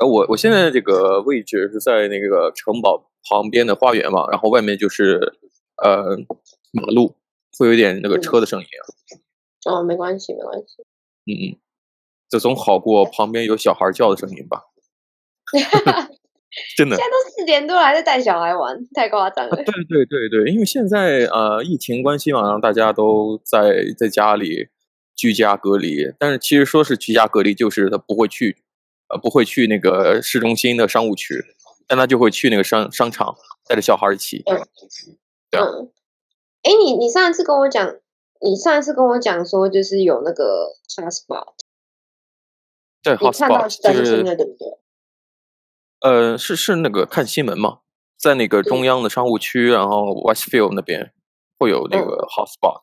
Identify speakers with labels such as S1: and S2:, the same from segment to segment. S1: 呃，我我现在这个位置是在那个城堡旁边的花园嘛，然后外面就是呃马路，会有一点那个车的声音啊。
S2: 哦，没关系，没关系。
S1: 嗯嗯，这总好过旁边有小孩叫的声音吧？真的
S2: 现在。都四点多了，还在带小孩玩，太夸张
S1: 啊
S2: 了。
S1: 对对对对，因为现在呃疫情关系嘛，然后大家都在在家里居家隔离，但是其实说是居家隔离，就是他不会去呃不会去那个市中心的商务区，但他就会去那个商商场，带着小孩一起。 对啊
S2: 嗯，哎，你你上一次跟我讲，你上一次跟我讲说，就是有那个 hotspot，
S1: 对
S2: 你看到
S1: ，hotspot 就
S2: 更新
S1: 是
S2: 了，对不对？
S1: 呃是是那个看新闻嘛，在那个中央的商务区，然后 Westfield 那边会有那
S2: 嗯
S1: 个 hotspot，、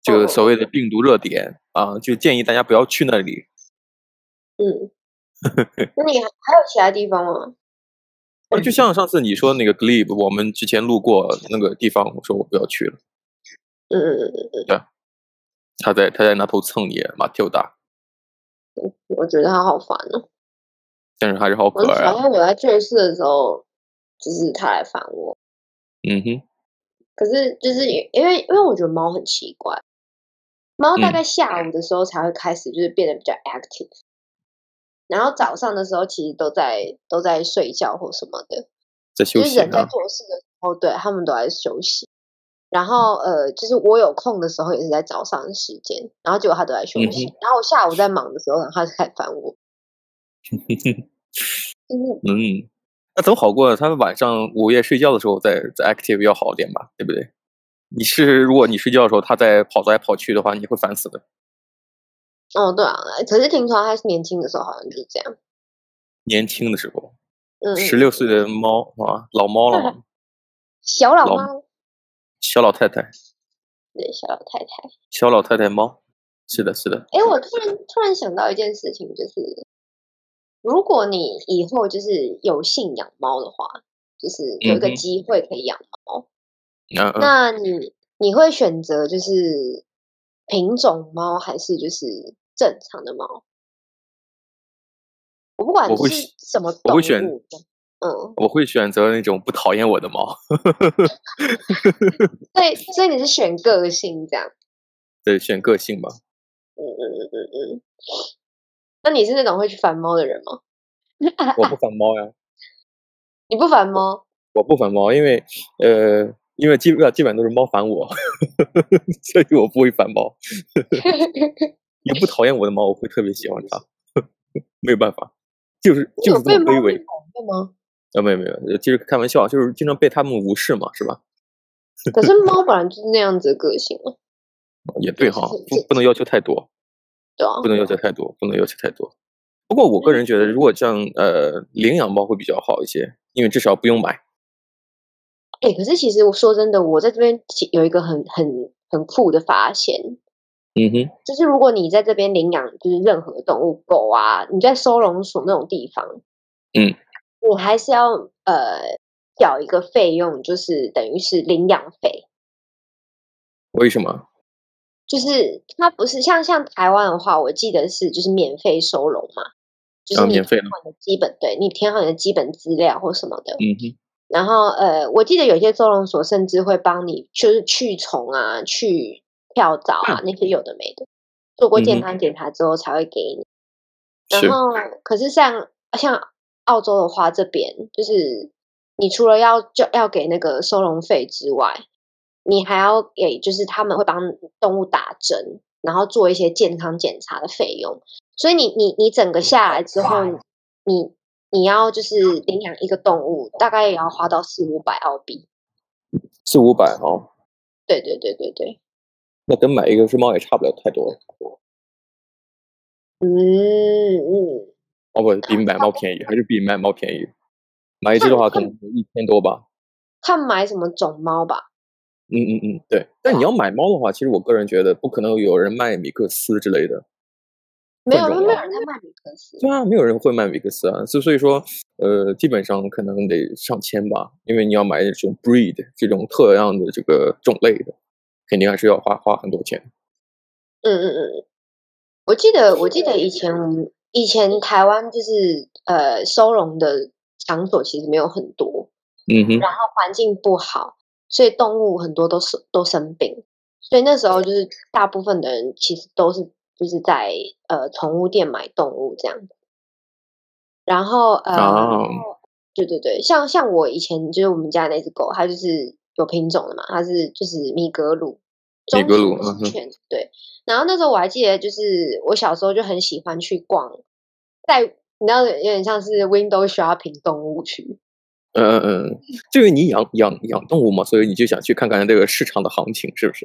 S1: 这个
S2: 嗯
S1: 所谓的病毒热点啊，就建议大家不要去那里。
S2: 嗯，那你还还有其他地方吗？
S1: 啊
S2: 嗯
S1: 就像上次你说那个 Glebe，我们之前路过那个地方，我说我不要去了。
S2: 嗯嗯嗯嗯
S1: 他在他在那头蹭你，马蒂达，
S2: 嗯，我觉得他好烦哦。
S1: 但是还是好
S2: 我
S1: 可爱
S2: 好
S1: 啊。
S2: 像我在爵士的时候，就是他来烦我。
S1: 嗯哼，
S2: 可是就是因因为因为我觉得猫很奇怪，猫大
S1: 嗯
S2: 概下午的时候才会开始就是变得比较 active，、然后早上的时候其实都在都在睡觉或什么的，
S1: 在
S2: 就
S1: 休
S2: 是
S1: 息啊
S2: 人在
S1: 呢。
S2: 做事的时候，对他们都在休息。然后呃，就是我有空的时候也是在早上的时间，然后结果它都在休
S1: 嗯
S2: 息，然后我下午在忙的时候，然后它就开始烦 我。嗯，
S1: 嗯，那总好过他们晚上午夜睡觉的时候在在 active 要好点吧，对不对？你是如果你睡觉的时候他在跑来跑去的话，你会烦死的。
S2: 哦对啊，可是听说它年轻的时候好像就是这样，
S1: 年轻的时候，
S2: 嗯，
S1: 十
S2: 嗯
S1: 六岁的猫啊，老猫了嘛，
S2: 小老
S1: 老
S2: 猫，
S1: 小老太太，
S2: 对，小老太太。
S1: 小老太太猫，是的，是的，
S2: 哎，我突然突然想到一件事情，就是如果你以后就是有幸养猫的话，就是有一
S1: 嗯
S2: 个
S1: 哼
S2: 机会可以养猫，
S1: 嗯嗯，
S2: 那你你会选择就是品种猫还是就是正常的猫？我不管
S1: 我会
S2: 是
S1: 选
S2: 什么
S1: 我
S2: 动
S1: 会
S2: 物
S1: 选
S2: 的，嗯，
S1: 我会选择那种不讨厌我的猫。
S2: 所以所以你是选个性这样，
S1: 对，选个性吧。
S2: 嗯嗯嗯嗯嗯。那你是那种会去烦猫的人吗？
S1: 我不烦猫呀，
S2: 你不烦猫？
S1: 我不烦猫，因为呃，因为基本基本都是猫烦我， 所以我不会烦 猫，也不讨厌我的猫，我会特别喜欢它。 没有办法，就是
S2: 你
S1: 就
S2: 有
S1: 是这
S2: 被
S1: 么
S2: 猫
S1: 卑
S2: 咪
S1: 微。
S2: 讨厌吗？
S1: 啊，没有没有，就是开玩笑，就是经常被他们无视嘛，是吧？
S2: 可是猫本来就是那样子的个性啊，
S1: 也对哈，
S2: 是
S1: 不不能要求太多，
S2: 对啊
S1: 不，能要求太多，不能要求太多。不过我个人觉得，如果这样呃领养猫会比较好一些，因为至少不用买。
S2: 哎、可是其实我说真的，我在这边其有一个很很很酷的发现，
S1: 嗯哼，
S2: 就是如果你在这边领养就是任何动物，狗啊，你在收容所那种地方，
S1: 嗯，
S2: 你还是要呃缴一个费用，就是等于是领养费，
S1: 为什么？
S2: 就是它不是像像台湾的话，我记得是就是免费收容嘛，就是
S1: 啊
S2: 你
S1: 免费
S2: 填好你的基本，对你填好你的基本资料或什么的，
S1: 嗯哼，
S2: 然后呃，我记得有些收容所甚至会帮你就是去虫啊、去跳蚤啊、那些有的没的，做过
S1: 嗯
S2: 健
S1: 嗯哼
S2: 康检查之后才会给你。
S1: 是
S2: 然后可是像像澳洲的话，这边就是你除了要就要给那个收容费之外，你还要给就是他们会帮动物打针，然后做一些健康检查的费用。所以你你你整个下来之后，你你要就是领养一个动物，大概也要花到四五百澳币。
S1: 四五百哦，
S2: 对对对对对，
S1: 那跟买一个只猫也差不了太多了。
S2: 嗯嗯，
S1: 哦不，比买猫便宜，还是比买猫便宜。买一只的话可能一千多吧。
S2: 看买什么种猫吧。
S1: 嗯嗯嗯，对。但你要买猫的话，其实我个人觉得不可能有人卖米克斯之类的。
S2: 没有，
S1: 种
S2: 没有
S1: 猫
S2: 人在卖米克斯。
S1: 对啊，没有人会卖米克斯啊。所以所以说，呃，基本上可能得上千吧，因为你要买这种 breed 这种特样的这个种类的，肯定还是要花花很多钱。
S2: 嗯嗯嗯，我记得我记得以前我们以前台湾就是呃收容的场所其实没有很多，
S1: 嗯哼，
S2: 然后环境不好，所以动物很多都是都生病，所以那时候就是大部分的人其实都是就是在呃宠物店买动物这样子。然后呃，
S1: 哦
S2: 对对对，像像我以前就是我们家那只狗，它就是有品种的嘛，它是就是米格鲁，
S1: 米格鲁
S2: 中型
S1: 嗯
S2: 型
S1: 哼
S2: 犬，对。然后那时候我还记得，就是我小时候就很喜欢去逛，在你知道有点像是 window shopping 动物区，
S1: 嗯嗯嗯，就因为你养养养动物嘛，所以你就想去看看这个市场的行情是不是？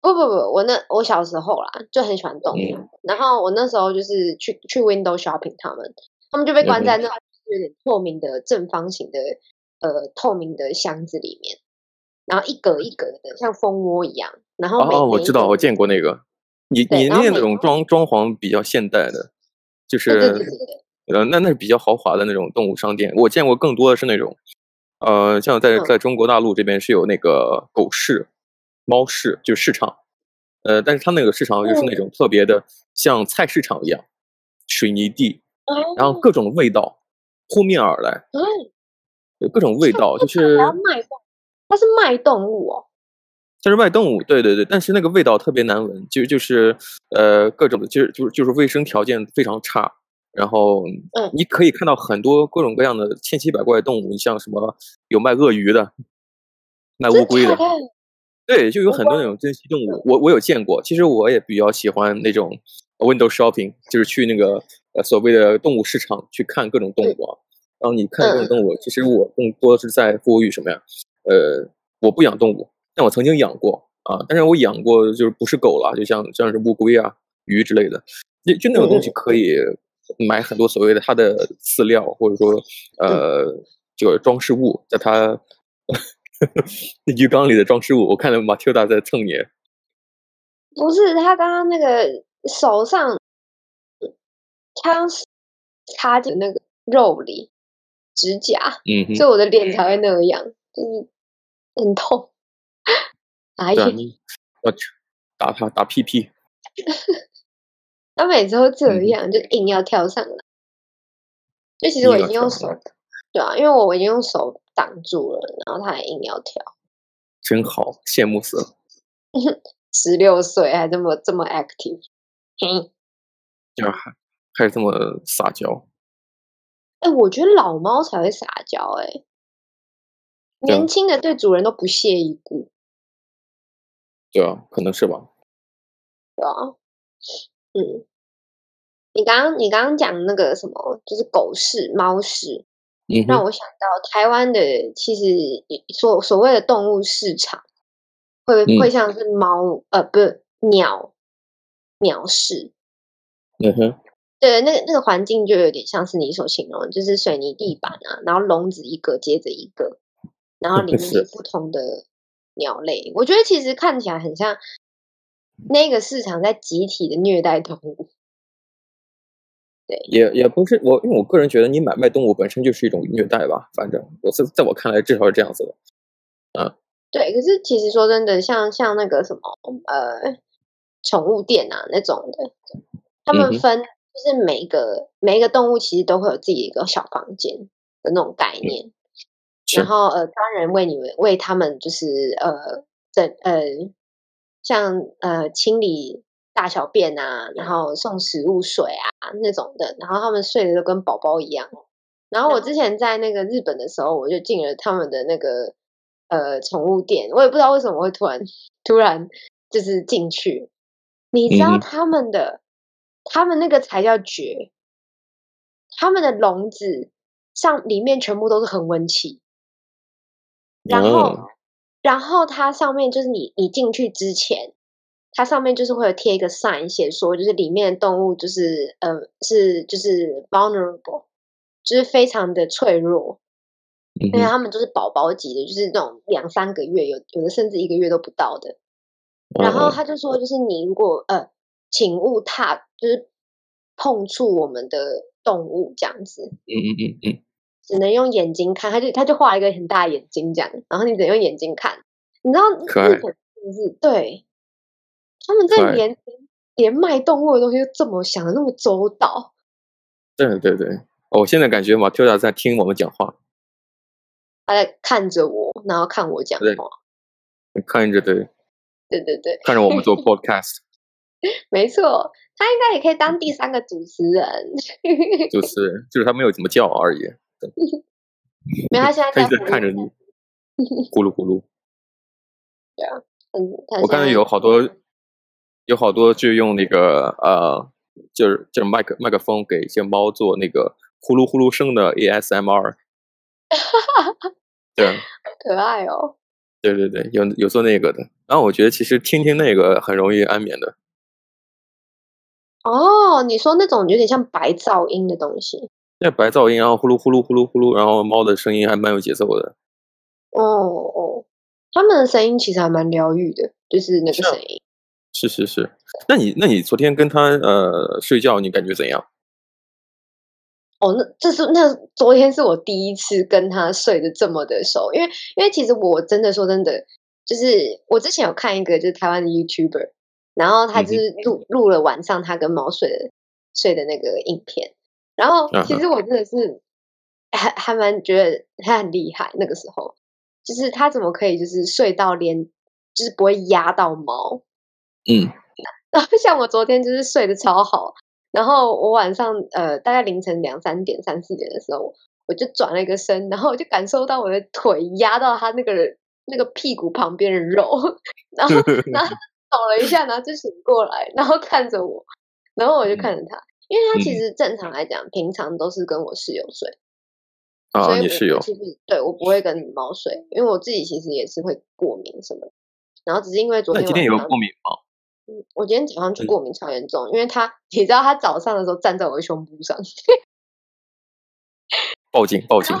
S2: 不不不，我那我小时候啦就很喜欢动物，
S1: 嗯
S2: 然后我那时候就是去去 window shopping，他们他们
S1: 嗯
S2: 就被关在那种有点透明的正方形的呃透明的箱子里面，然后一格一格的像蜂窝一样，然后每、
S1: 哦，我
S2: 每一
S1: 知道，
S2: 个
S1: 我见过那个。你
S2: 对
S1: 你
S2: 然后
S1: 那
S2: 每
S1: 种装装潢比较现代的，就
S2: 对对
S1: 是
S2: 对对对，
S1: 呃，那那是比较豪华的那种动物商店。我见过更多的是那种，呃，像在
S2: 嗯
S1: 在中国大陆这边是有那个狗市、猫市，就市场。呃，但是它那个市场
S2: 哦
S1: 就是那种特别的，像菜市场一样，水泥地，然后
S2: 哦
S1: 各种味道扑面而来，
S2: 嗯，
S1: 有各种味道，就
S2: 它
S1: 是
S2: 还要卖动，它是卖动物哦，
S1: 它是卖动物，对对对，但是那个味道特别难闻，就就是呃各种就是就是就是卫生条件非常差，然后
S2: 嗯
S1: 你可以看到很多各种各样的千奇百怪的动物，你像什么有卖鳄鱼的，卖乌
S2: 真
S1: 龟
S2: 假
S1: 的，
S2: 的，
S1: 对，就有
S2: 乌
S1: 很多那种珍稀动物，我我有见过。其实我也比较喜欢那种呃 window shopping，就是去那个呃所谓的动物市场去看各种动
S2: 嗯
S1: 物啊。然后你看各种动物，其实我更多是在呼吁什么呀？呃，我不养动物，但我曾经养过啊，但是我养过就是不是狗啦，就像像是乌龟啊、鱼之类的，就就那种东西
S2: 嗯嗯
S1: 可以买很多所谓的它的饲料，或者说呃
S2: 嗯
S1: 就是装饰物，在它鱼缸里的装饰物。我看到马 d 达在蹭你，
S2: 不是他刚刚那个手上，他刚插进那个肉里，指甲。
S1: 嗯哼，
S2: 所以我的脸才会那样，就是很痛。哎
S1: 对
S2: 呀
S1: 啊，，你要打他打屁屁，
S2: 他每次都这
S1: 嗯哼
S2: 样，就硬要跳上来。就其
S1: 硬
S2: 实我已
S1: 要
S2: 经用
S1: 跳
S2: 手
S1: 上来，
S2: 对啊，因为我我已经用手挡住了，然后他还硬要跳。
S1: 真好，羡慕死了。
S2: 十六岁还这么这么 active，嘿，
S1: 就是还还是这么撒娇，
S2: 哎、我觉得老猫才会撒娇、哎，
S1: 对啊
S2: 年轻的对主人都不屑一顾，
S1: 对啊，可能是吧。
S2: 对啊，嗯。你刚刚你刚刚讲那个什么，就是狗市、猫市，
S1: 嗯哼
S2: 让，我想到台湾的，其实也所所谓的动物市场，会会
S1: 嗯
S2: 像是猫呃，不是鸟鸟市，
S1: 嗯哼，
S2: 对，那个那个环境就有点像是你所形容的，就是水泥地板啊，然后笼子一个接着一个，然后里
S1: 嗯
S2: 面
S1: 是
S2: 是不同的鸟类。我觉得其实看起来很像那个市场在集体的虐待动物，
S1: 也也不是我，因为我个人觉得你买卖动物本身就是一种虐待吧，反正我在在我看来至少是这样子的。
S2: 对，可是其实说真的，像像那个什么呃，宠物店啊那种的，他
S1: 嗯
S2: 们
S1: 哼
S2: 分、就是每一个每一个动物其实都会有自己一个小房间的那种概念，
S1: 嗯是
S2: 然后呃，专人为你们为他们就是呃整呃像呃清理大小便啊，然后送食物水啊那种的，然后他们睡的都跟宝宝一样。哦然后我之前在那个日本的时候，我就进了他们的那个呃宠物店，我也不知道为什么会突然突然就是进去。你知
S1: 嗯
S2: 道
S1: 哼
S2: 他们的、他们那个才叫绝，他们的笼子上里面全部都是恒温器，然后、
S1: 嗯
S2: 然后它上面就是你你进去之前，它上面就是会有贴一个 sign 写说，就是里面的动物就是呃是就是 vulnerable，就是非常的脆弱，
S1: 嗯
S2: 因为
S1: 哼，
S2: 他们就是宝宝级的，就是那种两三个月，有有的甚至一个月都不到的。然后
S1: 嗯
S2: 他就说，就是你如果呃，请勿踏，就是碰触我们的动物这样子，
S1: 嗯嗯嗯嗯，
S2: 只能用眼睛看。他就他就画一个很大的眼睛这样，然后你只能用眼睛看。你知道
S1: 可爱
S2: 日本是不是对他们
S1: 可
S2: 这
S1: 爱
S2: 连连卖动物的东西都这么想的那么周到，
S1: 嗯对对对，哦我现在感觉马 d 达在听我们讲话，
S2: 他在看着我，然后看我讲
S1: 对
S2: 话。
S1: 看着对，
S2: 对对对，
S1: 看着我们做 podcast
S2: 没错，他应该也可以当第三个主持 人。
S1: 就是就是他没有怎么叫而已，
S2: 没有，他现在
S1: 他一直
S2: 在
S1: 在看着你，咕噜咕 噜。
S2: 嗯，
S1: 我看到有好多有好多就用那个呃，就是就是麦克麦克风给一些猫做那个呼噜呼噜声的 ASMR。对
S2: 可爱哦。
S1: 对对对，有有做那个的。然后我觉得其实听听那个很容易安眠的。
S2: 哦，你说那种有点像白噪音的东西。
S1: 那白噪音，然后呼噜呼噜呼噜呼噜，然后猫的声音还蛮有节奏的。
S2: 哦哦，他们的声音其实还蛮疗愈的，就是那个
S1: 是啊
S2: 声音。
S1: 是是是，那你那你昨天跟它呃睡觉，你感觉怎样？
S2: 哦，那这是那昨天是我第一次跟他睡得这么的熟，因为因为其实我真的说真的，就是我之前有看一个就是台湾的 YouTuber，然后他就是录、录了晚上他跟猫睡的睡的那个影片，然后其
S1: 嗯哼
S2: 实我真的是还还蛮觉得他很厉害，那个时候就是他怎么可以就是睡到连就是不会压到猫，
S1: 嗯，
S2: 然后像我昨天就是睡得超好，然后我晚上呃大概凌晨两三点、三四点的时候，我就转了一个身，然后我就感受到我的腿压到他那个那个屁股旁边的肉，然后然后他抖了一下，然后就醒过来，然后看着我，然后我就看着他，因为他其
S1: 嗯
S2: 实正常来讲，平常都是跟我室友睡，所
S1: 啊，
S2: 以
S1: 你
S2: 我
S1: 室友
S2: 其实对我不会跟猫睡，因为我自己其实也是会过敏什么的，然后只是因为昨
S1: 那
S2: 天
S1: 你今天有
S2: 晚上
S1: 过敏吗？
S2: 嗯，我今天早上就
S1: 嗯
S2: 过敏超严重，因为他，你知道他早上的时候站在我的胸部上，
S1: 报警报警！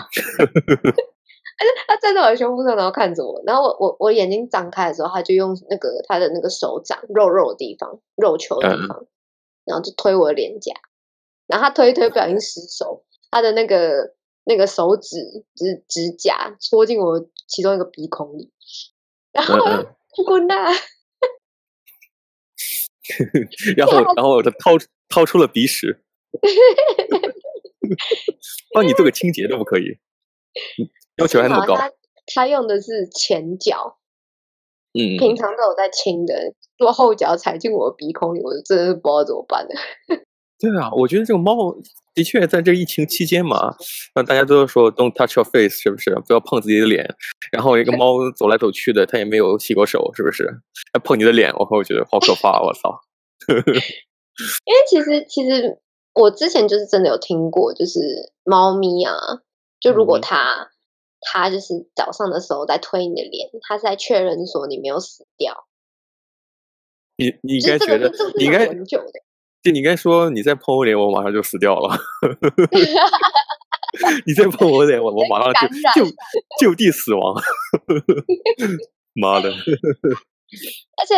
S2: 他站在我的胸部上，然后看着我，然后我我我眼睛张开的时候，他就用那个他的那个手掌肉肉的地方，肉球的地
S1: 嗯
S2: 方，然后就推我的脸颊，然后他推一推不小心失手，他的那个那个手指指指甲戳进我其中一个鼻孔里， 然后
S1: 嗯
S2: 我
S1: 嗯
S2: 就。滚呐、
S1: 然后
S2: 对啊
S1: 然后他掏掏出了鼻 屎，帮你做个清洁都不可以，嗯要求还那么高
S2: 幸。好他他用的是前脚，
S1: 嗯，
S2: 平常都有在清的，如果后脚踩进我的鼻孔里，我真的是不知道怎么办了。
S1: 对啊，我觉得这个猫的确在这疫情期间嘛，让大家都说 “don't touch your face”，是不是？不要碰自己的脸。然后一个猫走来走去的，它也没有洗过手，是不是？还碰你的脸，我我觉得好可怕，我操！
S2: 因为其实其实我之前就是真的有听过，就是猫咪啊，就如
S1: 嗯
S2: 果它它就是早上的时候在推你的脸，它是在确认说你没有死掉。
S1: 你你应
S2: 就
S1: 该
S2: 是这
S1: 觉
S2: 个
S1: 得
S2: 是这个，
S1: 你
S2: 是
S1: 应
S2: 蛮
S1: 该
S2: 很久的。
S1: 就你应该说你再碰我脸，我马上就死掉了。 你再碰我脸，我我马上
S2: 感染
S1: 就就就地死亡。 妈 的，
S2: 而且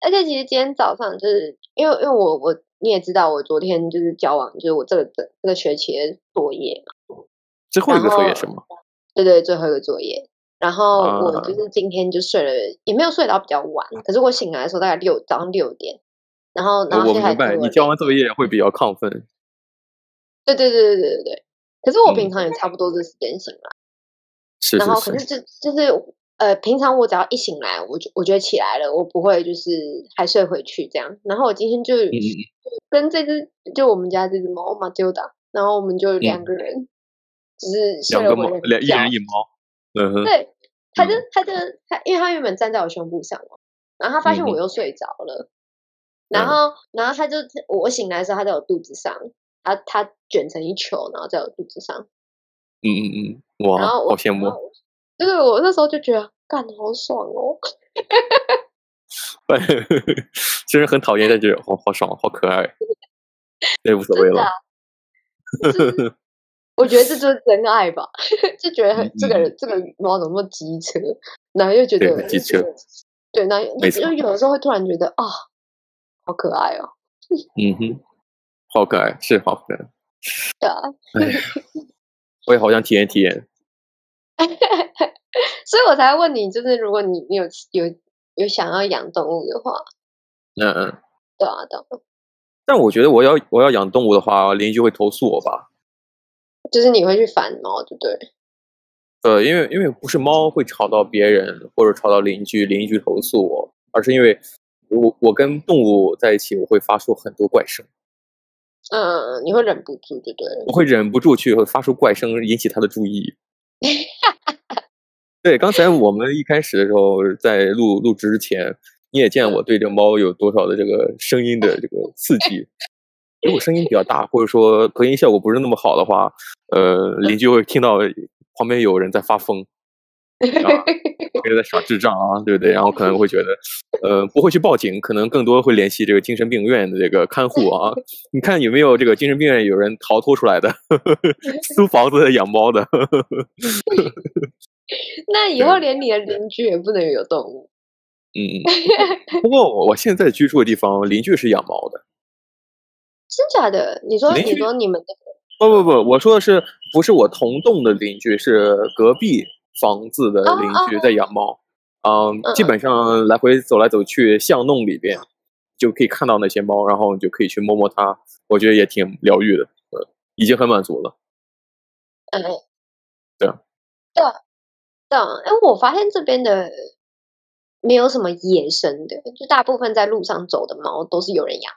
S2: 而且，其实今天早上就是因为因为我我你也知道，我昨天就是交往，就是我这个这这个学期的作业
S1: 最后一个
S2: 然后
S1: 作业是吗？
S2: 对对，最后一个作业。然后我
S1: 啊嗯
S2: 就是今天就睡了，也没有睡到比较晚，可是我醒来的时候大概六早上六点，然后然
S1: 我
S2: 后
S1: 哦我
S2: 现在
S1: 明白，你交
S2: 教
S1: 完作业会比较亢奋。
S2: 对对对对对对对，可是我平
S1: 嗯
S2: 常也差不多这时间醒来，
S1: 是
S2: 然
S1: 是
S2: 后可
S1: 是，
S2: 是就就是呃，平常我只要一醒来，我就我就会起来了，我不会就是还睡回去这样。然后我今天就
S1: 嗯嗯嗯
S2: 跟这只就我们家这只猫马丢达，然后我们就两个人，就是睡
S1: 嗯两
S2: 了
S1: 个
S2: 回
S1: 猫，
S2: 了
S1: 两一
S2: 觉
S1: 人一猫。嗯哼，
S2: 对，他就
S1: 嗯
S2: 他就他，因为他原本站在我胸部上嘛，然后他发现
S1: 嗯哼
S2: 我又睡着了，然
S1: 嗯
S2: 后然后他就我我醒来的时候，他在我肚子上，他他卷成一球，然后在我肚子上，
S1: 嗯嗯嗯，哇，
S2: 然后我
S1: 好羡
S2: 然后
S1: 慕。
S2: 我就是我那时候就觉得干好爽哦，
S1: 其实很讨厌，但是好好爽，好可爱。那无所谓
S2: 真的啊
S1: 了，，
S2: 就是我觉 得这就是真爱吧，就觉得很这个
S1: 嗯嗯
S2: 人这个猫怎么那么机车，然后又觉
S1: 对
S2: 得
S1: 很机车，
S2: 对，然后
S1: 没
S2: 就
S1: 错
S2: 有的时候会突然觉得啊，好可爱哦，
S1: 嗯哼，好可爱，是好可爱。
S2: 对啊。
S1: 我也好想体验体验。
S2: 所以我才问你，就是如果你你有有有想要养动物的话，
S1: 嗯嗯。
S2: 对啊，对啊
S1: 但我觉得我要我要养动物的话，邻居会投诉我吧？
S2: 就是你会去烦猫，对不对？
S1: 呃，因为因为不是猫会吵到别人或者吵到邻居，邻居投诉我，而是因为我我跟动物在一起，我会发出很多怪声，
S2: 嗯，你会忍不住，对不对 了？
S1: 我会忍不住去会发出怪声，引起它的注意。对，刚才我们一开始的时候在录录制之前，你也见我对这猫有多少的这个声音的这个刺激。如果声音比较大，或者说隔音效果不是那么好的话，呃，邻居会听到旁边有人在发疯，啊，别在耍智障啊，对不对？然后可能会觉得，呃，不会去报警，可能更多会联系这个精神病院的这个看护啊。你看有没有这个精神病院有人逃脱出来 的，租房子养猫的？ 嗯
S2: 那以后连你的邻居也不能有动物
S1: 嗯，嗯，不过我我现在居住的地方邻居是养猫的，
S2: 真假的？你说，
S1: 邻
S2: 你
S1: 居
S2: 说你们的
S1: 不不不，我说的是不是我同栋的邻居，是隔壁房子的
S2: 哦
S1: 邻
S2: 哦
S1: 居在养猫，嗯
S2: 嗯，
S1: 基本上来回走来走去巷弄里边就可以看到那些猫，然后你就可以去摸摸它，我觉得也挺疗愈的，呃，已经很满足了。
S2: 嗯，
S1: 对啊
S2: 对啊对啊，哎，我发现这边的没有什么野生的，就大部分在路上走的猫都是有人养。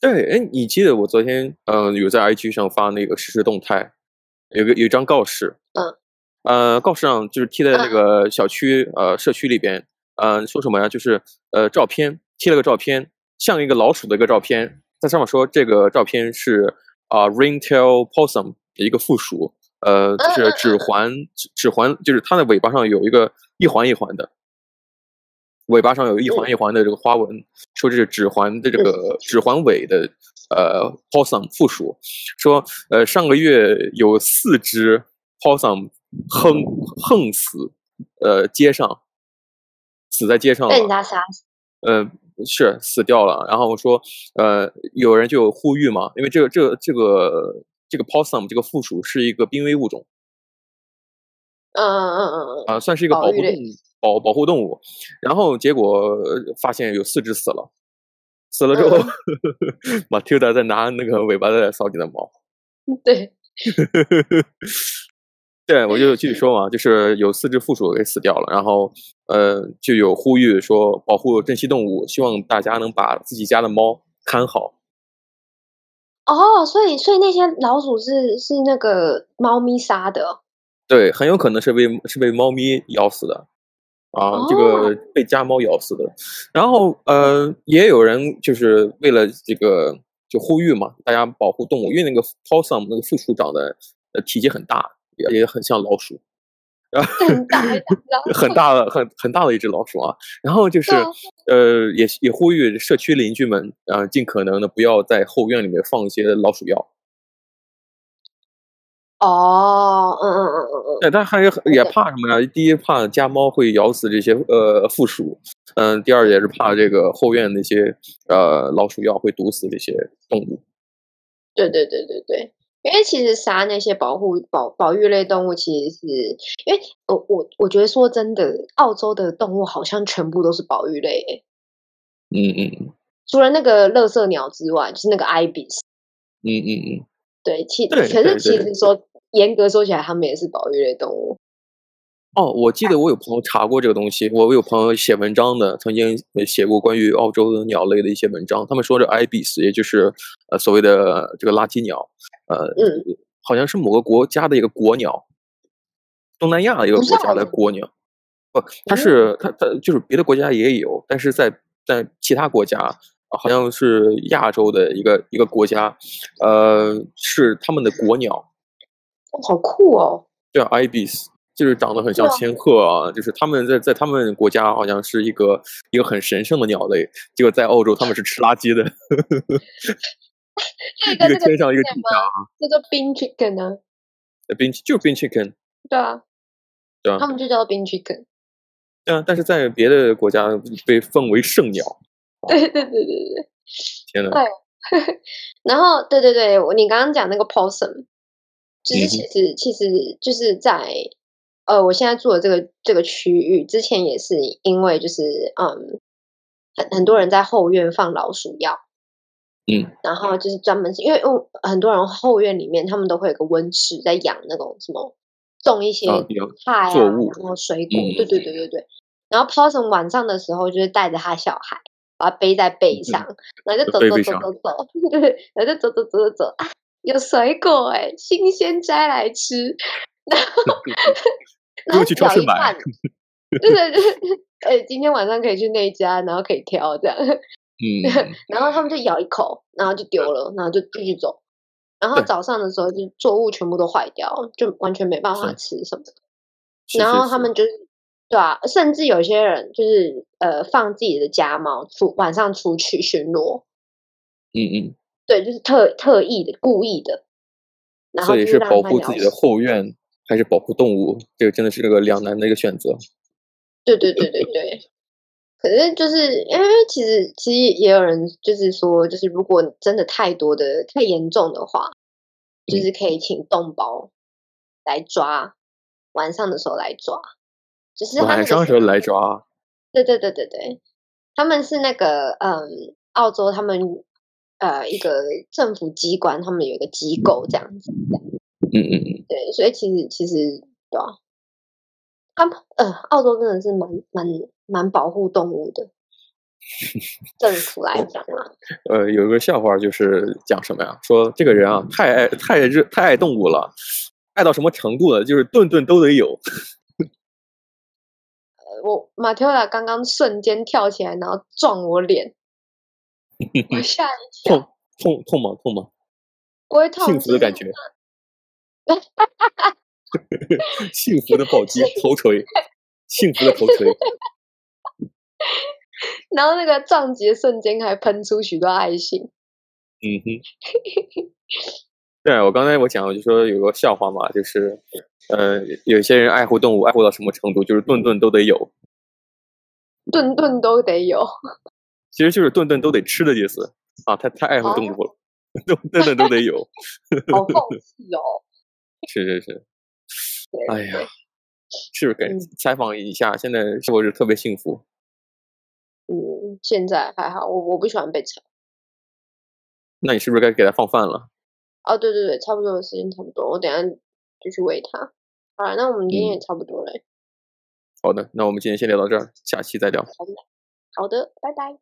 S1: 对，哎，你记得我昨天嗯、呃有在 IG 上发那个实时动态，有个有一张告示，
S2: 嗯，
S1: 呃，告示上就是贴在那
S2: 嗯
S1: 个小区呃社区里边，呃，说什么呀？就是呃照片贴了个照片，像一个老鼠的一个照片，在上面说这个照片是啊、ringtail possum 的一个附属，呃，就
S2: 嗯嗯
S1: 是
S2: 嗯
S1: 指环指指环，就是它的尾巴上有一个一环一环的。尾巴上有一环一环的这个花纹，说这是指环的这个指环尾的呃 possum 附属，说呃上个月有四只 possum 横横死，呃街上死在街上
S2: 被人
S1: 了，
S2: 家杀死，
S1: 呃是死掉了。然后说呃有人就有呼吁嘛，因为这个这个这个这个 possum 这个附属是一个濒危物种。
S2: 嗯嗯嗯嗯
S1: 啊、算是一个
S2: 保
S1: 保
S2: 育
S1: 护动
S2: 类
S1: 物保保护动物。然后结果呃发现有四只死了，死了之后、
S2: 嗯
S1: 马 m a 在拿那个尾巴在扫你的毛。
S2: 嗯，对，
S1: 对，我就继续说嘛，就是有四只附属给死掉了，然后呃就有呼吁说保护珍稀动物，希望大家能把自己家的猫看好。
S2: 哦，所以所以那些老鼠是是那个猫咪杀的哦，
S1: 对，很有可能是被是被猫咪咬死的，啊，这
S2: 哦
S1: 个被家猫咬死的。然后呃，也有人就是为了这个就呼吁嘛，大家保护动物，因为那个 possum 那个附属长得呃体积很大，也也很像老鼠，
S2: 很大 一只老
S1: 很
S2: 鼠
S1: 大的很很大的一只老鼠啊。然后就是
S2: 对啊
S1: 呃，也也呼吁社区邻居们啊、呃，尽可能的不要在后院里面放一些老鼠药。
S2: 哦，嗯嗯嗯嗯嗯，
S1: 对，但还是很也
S2: 对
S1: 怕什么呀？第一怕家猫会咬死这些呃附属，嗯、第二也是怕这个后院那些呃老鼠药会毒死这些动物。
S2: 对对对对对，因为其实杀那些保护保保育类动物，其实是因为我我我觉得说真的，澳洲的动物好像全部都是保育类耶，
S1: 嗯嗯
S2: 除了那个乐色鸟之外，就是那个 ibis。
S1: 嗯嗯嗯，
S2: 对，其
S1: 对
S2: 可
S1: 对
S2: 是其
S1: 对
S2: 实说严格说起来，它们也是保育类动物。嗯
S1: 哦，我记得我有朋友查过这个东西，我有朋友写文章的，曾经呃写过关于澳洲的鸟类的一些文章，他们说这 ibis 也就是呃所谓的这个垃圾鸟，呃，
S2: 嗯
S1: 好像是某个国家的一个国鸟，东南亚的一个
S2: 不是
S1: 国家
S2: 好
S1: 的哦
S2: 像
S1: 国鸟。不，它
S2: 嗯
S1: 是它它就是别的国家也有，但是在在其他国家，啊好像是亚洲的一个一个国家，呃，是他们的国鸟，
S2: 哦好酷哦！
S1: 叫 ibis，就是长得很像
S2: 对啊
S1: 仙鹤啊，就是他们在在他们国家好像是一个一个很神圣的鸟类，结果在澳洲他们是吃垃圾的，
S2: 这
S1: 一个
S2: 跟那个
S1: 天上一个地
S2: 念
S1: 下啊，
S2: 叫做啊冰 chicken 呢、
S1: 冰就是冰 chicken，
S2: 对啊，
S1: 对啊
S2: 他们就叫做冰 chicken。
S1: 嗯，但是在别的国家被奉为圣鸟，
S2: 对对对对对。
S1: 天呐！
S2: 然后，对对对，我你刚刚讲那个 possum，就是
S1: 嗯哼
S2: 其实、其实就是在呃，我现在住的这个这个区域，之前也是因为就是嗯，很很多人在后院放老鼠药，
S1: 嗯，
S2: 然后就是专门是因为用很多人后院里面他们都会有个温室在养那种什么种一些
S1: 啊 有
S2: 菜啊，
S1: 作物
S2: 然后水果，
S1: 嗯
S2: 对对对对对。然后 Paulson 晚上的时候就是带着他小孩，把他背在背上，然后就走
S1: 嗯背
S2: 走
S1: 背
S2: 走
S1: 上
S2: 走走， 对对，然后就走走走走走 啊，有水果哎、新鲜摘来吃，然
S1: 如
S2: 后
S1: 果去超
S2: 咬
S1: 市
S2: 一
S1: 买
S2: 半，就是就是， 哎、今天晚上可以去那一家，然后可以挑这样。
S1: 嗯，
S2: 然后他们就咬一口，然后就丢了，然后就继续走。然后
S1: 对
S2: 早上的时候，就作物全部都坏掉了，就完全没办法
S1: 是
S2: 吃什么的。
S1: 是
S2: 然
S1: 是
S2: 后他
S1: 是
S2: 们就是，对啊，甚至有些人就是呃，放自己的家猫出晚上出去巡逻，
S1: 嗯嗯，
S2: 对，就是特特意的、故意的。然后
S1: 所
S2: 就
S1: 以是
S2: 让
S1: 保
S2: 它
S1: 护
S2: 咬
S1: 自己的
S2: 死
S1: 后院还是保护动物，这个真的是个两难的一个选择。
S2: 对对对对对。可是就是因为其实其实也有人就是说，就是如果真的太多的太严重的话，
S1: 嗯
S2: 就是可以请动保来抓，晚上的时候来抓，就是他
S1: 晚
S2: 那
S1: 上
S2: 个
S1: 的时
S2: 是
S1: 候来抓，
S2: 对对对对对，他们是那个嗯，澳洲他们呃一个政府机关，他们有一个机构这样子，
S1: 嗯嗯嗯，
S2: 对，所以其实其实对啊，他们呃，澳洲真的是蛮蛮蛮保护动 物的，政府来讲啊，
S1: 呃，有一个笑话就是讲什么呀？说这个人啊，太爱太热太爱动物了，爱到什么程度了？就是顿顿都得有。
S2: 呃我马特拉刚刚瞬间跳起来，然后撞我脸，我吓一跳，
S1: 痛痛痛吗？痛吗？
S2: 不会痛，
S1: 幸福的感
S2: 觉。
S1: 觉， 幸福的暴击头锤，幸福的头锤，
S2: 然后那个撞击的瞬间还喷出许多爱心，
S1: 嗯哼。对，我刚才我讲，我就说有个笑话嘛，就是，呃，有些人爱护动物爱护到什么程度，就是顿顿都得有，
S2: 顿顿都得有。
S1: 其实就是顿顿都得吃的意思啊。他太爱护动物了， 顿顿顿都得有。
S2: 好讽刺哦！
S1: 是是是，
S2: 对
S1: 哎呀，是不是跟
S2: 嗯
S1: 采访一下，现在是不是特别幸福？
S2: 嗯，现在还好，我我不喜欢被吵。
S1: 那你是不是该给他放饭了？
S2: 哦，对对对，差不多的时间差不多，我等一下就去喂它。好了，那我们今天也差不多了。欸
S1: 好的，那我们今天先聊到这儿，下期再聊。
S2: 好的，拜拜。